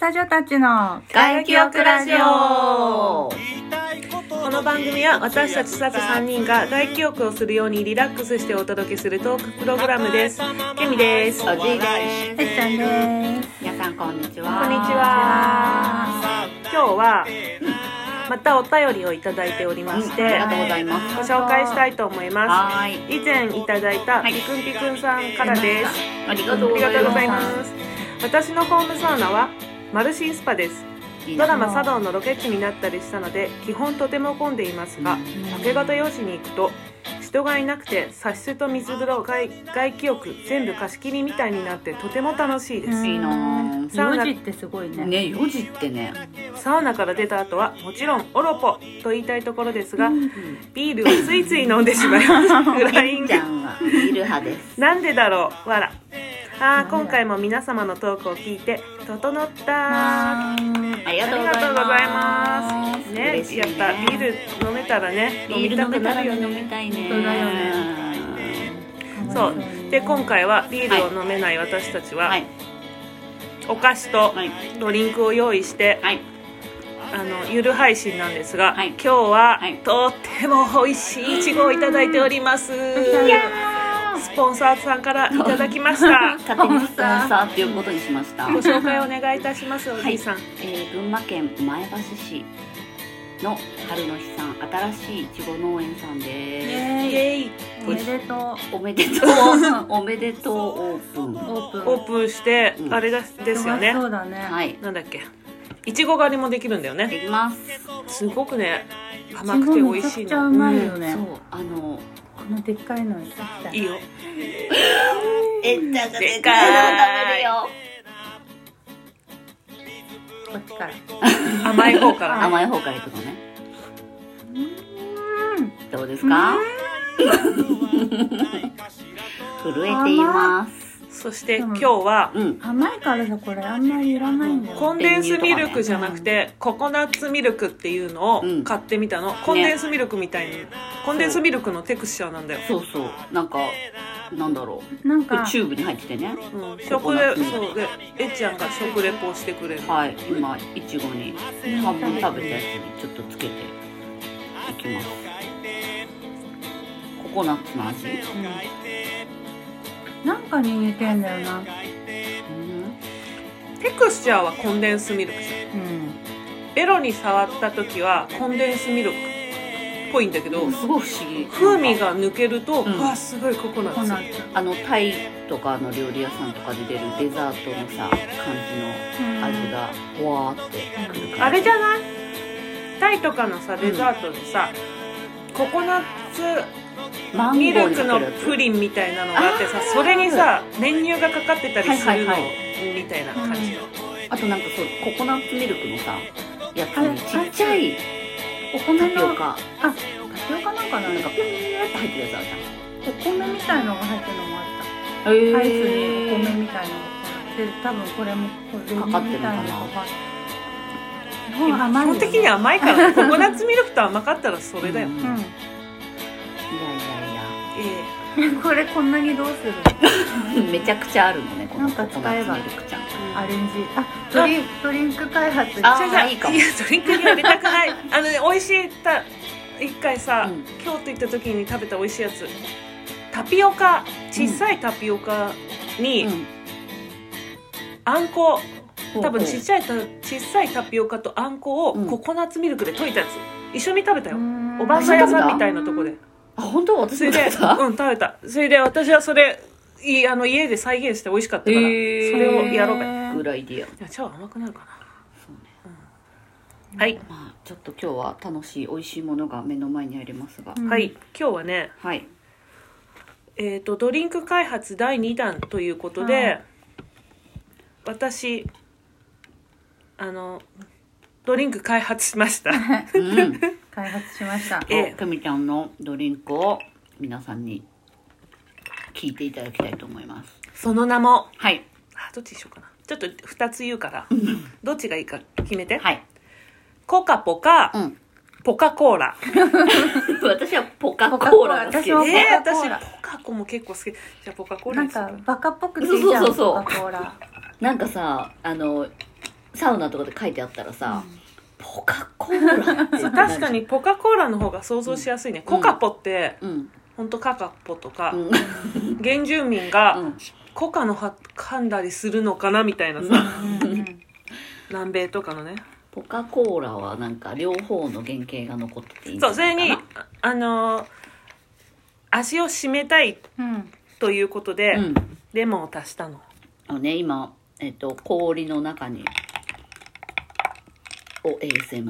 タジオたちの外記憶ラジオこの番組は私たちさち3人が外記憶をするようにリラックスしてお届けするトークプログラムですケミですおじいですてっちゃんです皆さんこんにちはこんにちは今日はまたお便りをいただいておりましうんありてがとうございますご紹介したいと思いまはーいす以前いただいたはいみくんぴくんさんからですありあがりとうござがいとうごまざすいます私のホームサウナはマルシンスパですいいドなラマ「茶道」のロケ地になったりしたので基本とても混んでいますが明け方4時に行くと人がいなくて茶室と水風呂外外気浴全部貸し切りみたいになってとても楽しいです、いいなぁサウナ4時ってすごいねね4時ってねサウナから出た後はもちろん「オロポ」と言いたいところですが、うんビールをついつい飲んでしまいますフライングちゃんはビール派ですなんでだろうわらなんあでー今回も皆様のトークを聞いて整ったあーありがとうございますね嬉しいやっねぱビール飲めたらねビ飲ーみルた飲くめたならるよね飲みたいねそうだよねそうで今回はビールを飲めない私たちは、はいお菓子とはいドリンクを用意して、はいあのゆる配信なんですが、はい今日は、はいとっても美味しいいちごをいただいておりますスポンサーさんからいただき ました勝手にスポンサーっていうことにしましたご紹介お願いいたしますおいじいさん、えー群馬県前橋市の春の日さん新しいいちご農園さんですイねエイおめでとうおめでとう おめでとうオープンオープンオープンして、うんあれだですよね忙しそうだねはいなんだっけいちご狩りもできるんだよねできますすごくね甘甘くくてて美美味味ししいいのちゃうまいよねそうあのこのでっかいのいただきたうんいいいよえっちゃんがで絶かい対食こっちから甘い方べるよから甘い方からいくのねうんどうですか震えていますそして今日はうん甘いからさこれあんまりいらないんだよコンデンスミルクじゃなくてココナッツミルクっていうのを買ってみたの、コンデンスミルクみたいにコンデンスミルクのテクスチャーなんだよ、そうそうなんかなんだろなんうかチューブに入っててねうコん、食コナレッツミルクそうでえっちゃんが食レポをしてくれるはい今いちごに半分食べたやつにちょっとつけていきますココナッツの味、なんかに似てんだよなうんテクスチャーはコンデンスミルクじゃんうベロに触った時はコンデンスミルクっぽいんだけど、すごい不思議風味が抜けると、うんうわすごいココナんコナッツッツあのタイとかの料理屋さんとかで出るデザートのさ感じの味がふわーってくる感じあれじゃないタイとかのさデザートでさ、ココナッツマンゴミールにクかのけるやつプリンみたいなのがあってさそれにさ練乳がかかってたりするのはいはいはみたいな感じのあとなんかそうココナッツミルクのさやつにちっちゃいお米タピオのカあタピオカなんかななんんかかピューって入ってるやつあるじゃんお米みたいのが入ってるのもあったアイアイスにお米みたいなのがで多分これもこれかかってるのかなみたいのがかかってる基日本甘いよ本ね的に甘いからねココナッツミルクと甘かったらそれだよ、うんういんやいやいやえこれこんなにどうするめちゃくちゃあるのねこのなんか使えばココナッツミルクちゃんえアレンジあドリンドリンク開発あじゃあじゃあいいかもいやドリンクに入れたくないあのね美味しいた一回さ、うん京都行った時に食べた美味しいやつタピオカ小さいタピオカに、あんこ多分ちっちゃいた小さいタピオカとあんこをうんココナッツミルクで溶いたやつ一緒に食べたよ、おばばんざ屋さんみたいなとこであ本当私そも食れでべたうん食べたそれで私はそれいあの家で再現して美味しかったから、へーそれをやろうべいぐらいでやや超甘くなるかそうねなはい、まあちょっと今日は楽しい美味しいものが目の前にありますが、うんはい今日はねはいえー、とドリンク開発第2弾ということで、はい私あのドリンク開発しましたうん開発しましたええおくみちゃんのドリンクを皆さんに聞いていただきたいと思いますその名もはいあどっちにしようかなちょっと2つ言うからどっちがいいか決めて、はいコカポカ、うんポカコーラ 私はポカコーラが好きポカコーラ私もですえー、ポカコー私ラポカコも結構好きじゃあポカコーラなんにするかバカっぽくついちゃうそうそうそうそうコカコーラなんかさあのサウナとかで書いてあったらさ、ポカ・コーラってそう確かにポカ・コーラの方が想像しやすいね、コカポってうん本当カカポとか、うん原住民が、うんコカの葉噛んだりするのかなみたいなさ南米とかのねポカ・コーラはなんか両方の原型が残ってていいんじそゃうそなれいかなにああのー足を締めたいうんということで、うんレモンを足したのあのね今、えっと、氷の中にを ASMR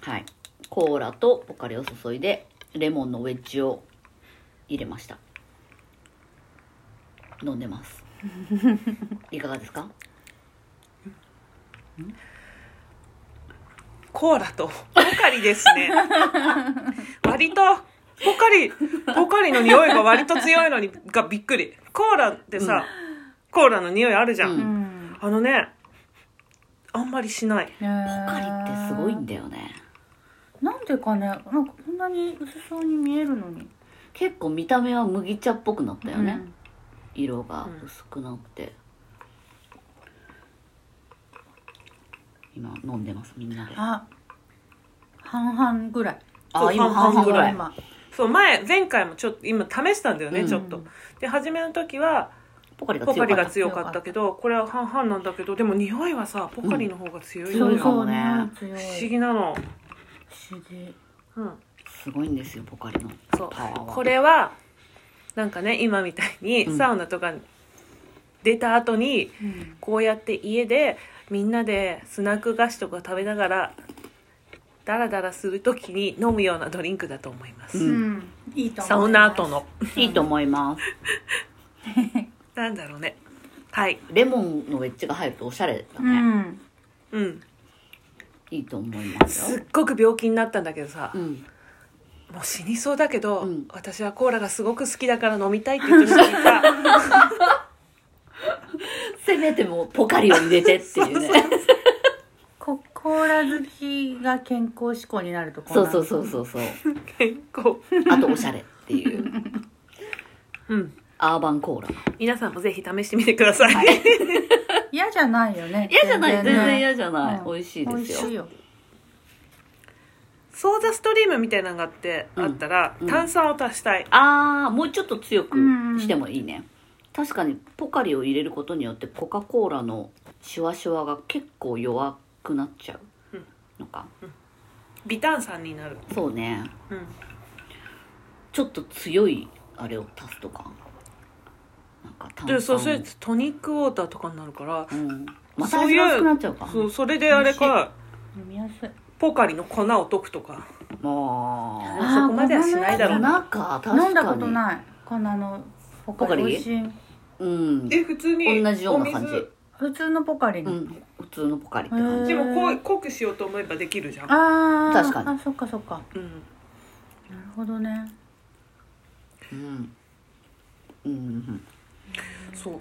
はいコーラとポカリを注いでレモンのウェッジを入れました飲んでますいかがですかコーラとポカリです ね割とポカリポカリの匂いが割と強いのにがびっくりコーラってさ、コーラの匂いあるじゃん、ううんんあのねあんまりしないポポカリってすごいんだよねなんでかねなんかこんなに薄そうに見えるのに結構見た目は麦茶っぽくなったよね、うん色が薄くなって、今飲んでますみんなであ半々ぐらいそう半々ぐらい今そう前前回もちょっと今試したんだよね、うんちょっとで初めの時はポカリがポカ強かリったが強かったけどこれは半々なんだけどでも匂いはさポカリの方が強いよ強ね、いかもね強い強不思い議なの不思議うんすごいんですよポカリのそうパワーはこれはなんかね今みたいにうんサウナとか出た後にうんこうやって家でみんなでスナック菓子とか食べながらダラダラする時に飲むようなドリンクだと思います、うんうんいいと思いますサウナ後のいいと思いますなんだろうねはいレモンのウェッジが入るとおしゃれだうね、んうんいいと思いますすよっごく病気になったんだけどさ、うん、もう死にそうだけど、うん私はコーラがすごく好きだから飲みたいって言ってる人がいた せめてもうポカリを入れてっていうねココーラ好きが健康志向になるとこそうそううそうそうそう健康あとおしゃれっていううんアーバンコーラ皆さんもぜひ試してみてください、嫌じゃないよね嫌じゃない全ね然嫌じゃない、うん美味しいですよ美味しいよソーダストリームみたいなのがあって、うんあったらうん炭酸を足したい、ああもうちょっと強くしてもいいね、確かにポカリを入れることによってコカ・コーラのシュワシュワが結構弱くなっちゃううんのか、微炭酸になる、そうねうん、ちょっと強いあれを足すとかなんか炭酸でそうするとトニックウォーターとかになるから、うん、またそう味いうが薄くなっちゃうかそうそれであれか飲みやすいポカリの粉を溶くとかまああーそこまではしないだろうななんか確かに飲んだことないこんなのポカポカリリ美味しいうんえ普通に同じような感じお水普通のポカリうに、ん普通のポカリって感へじーでもこう濃くしようと思えばできるじゃん、ああ確かにあそっかそっかうん、なるほどねうんうんうんそ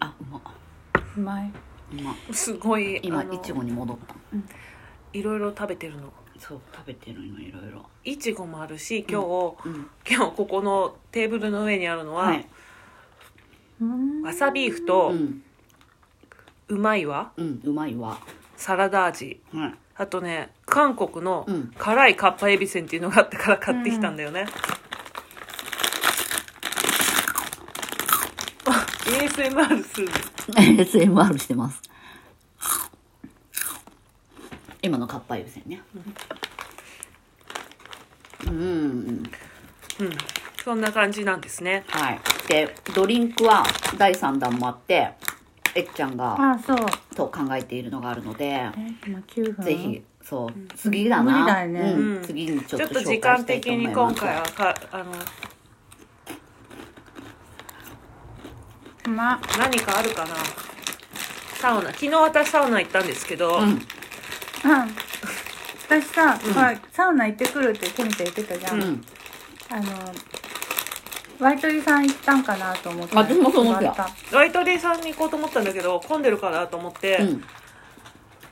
あうまっうまいうまっうすごい今あのいちごに戻ったいろいろ食べてるのそう食べてるのいろいろいちごもあるし今日、うん今日ここのテーブルの上にあるのは、はい、うーんわさビーフうとん、うまいわうん、うまいわ。サラダ味はい、あとね韓国のうん辛いカッパエビせんっていうのがあったから買ってきたんだよね、あ ASMR する ASMR してます。今のカッパ湯煎ね。うん、うんそんな感じなんですねはい。で、ドリンクは第3弾もあって、えっちゃんがあそうと考えているのがあるので、え今9分ぜひ、そう、次だな。無理だよねうんうん次にちちょっょっとと時紹介間したい的と思いにます。今回はかあのうま何かあるかなサウナ昨日私サウナ行ったんですけど、うん、うん私さ、ほらサウナ行ってくるってケミちゃん言ってたじゃん、うん、あのワイトリさん行ったんかなと思ってあ私もそう思ってた座ワイトリーさんに行こうと思ったんだけど混んでるかなと思って、うん。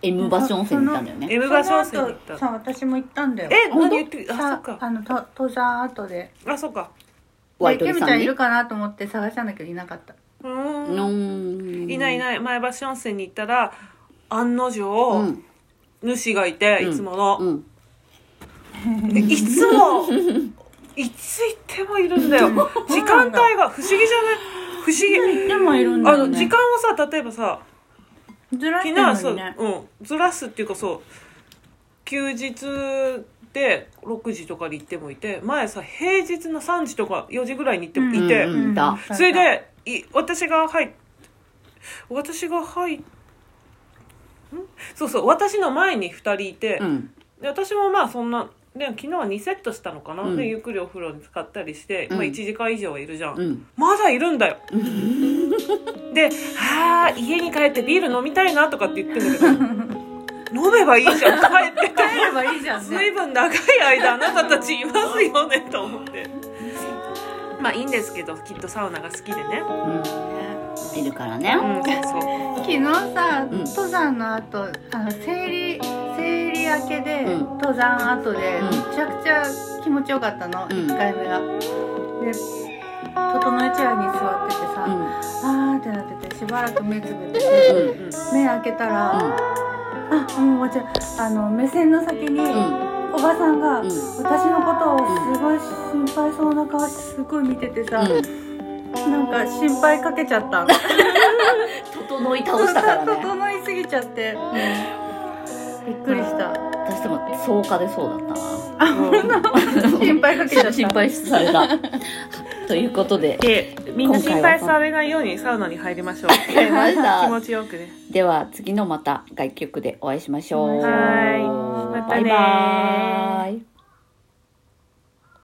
エムバシ温泉に行ったんだよね。エムバシ温そ泉のに後行ったさ私も行ったんだよえ本当何言ってあそさっかあのと登山後であそっかワでイトケリミちさゃんんいにる。かなと思って探したんだけどいなかったうーんうんいないいいない前橋温泉に行ったら案の定、うん主がいていつもの、うんでいつもいつ行ってもいるんだ よ時間帯が不思議じゃない不思議でもいるんだあよ、のね。時間をさ例えばさずらしてる昨日はのそう、にね。うん、ずらすっていうかそう休日で6時とかに行ってもいて前さ平日の3時とか4時ぐらいに行ってもいて、うんうんだそれ、でい私が入っ私が入っんそうそう私の前に2人いて、うんで私もまあそんなで昨日は2セットしたのかな、うんでゆっくりお風呂に使ったりして、うんまあ、1時間以上はいるじゃん、うんまだいるんだよで「あー家に帰ってビール飲みたいな」とかって言ってんだけど飲めばいいじゃん帰って帰ればいいじゃん随ね。分長い間あなたたちいますよねと思ってまあいいんですけどきっとサウナが好きでねうんいるからうねんそう昨日さ、うん登山の後、あの生理生理明けで、うん登山後で、うんめちゃくちゃ気持ちよかったの、うん一回目が。で、整えチェアに座っててさ、うんあーってなっててしばらく目つぶってうてんうん目開けたら、あもう終わっちゃうあの目線の先に、おうばさんが、ん私のことをすごい心配そうな顔すごい見ててさ、うんなんか心配かけちゃったの整い倒したからね 整いすぎちゃって、びっくりした私でも草加でそうだったな心配かけちゃった 心配された ということででみんな心配されないようにサウナに入りまし ょうりました気持ちよくねでは次のまた外局でお会いしましょうはいまたバイねーバーイ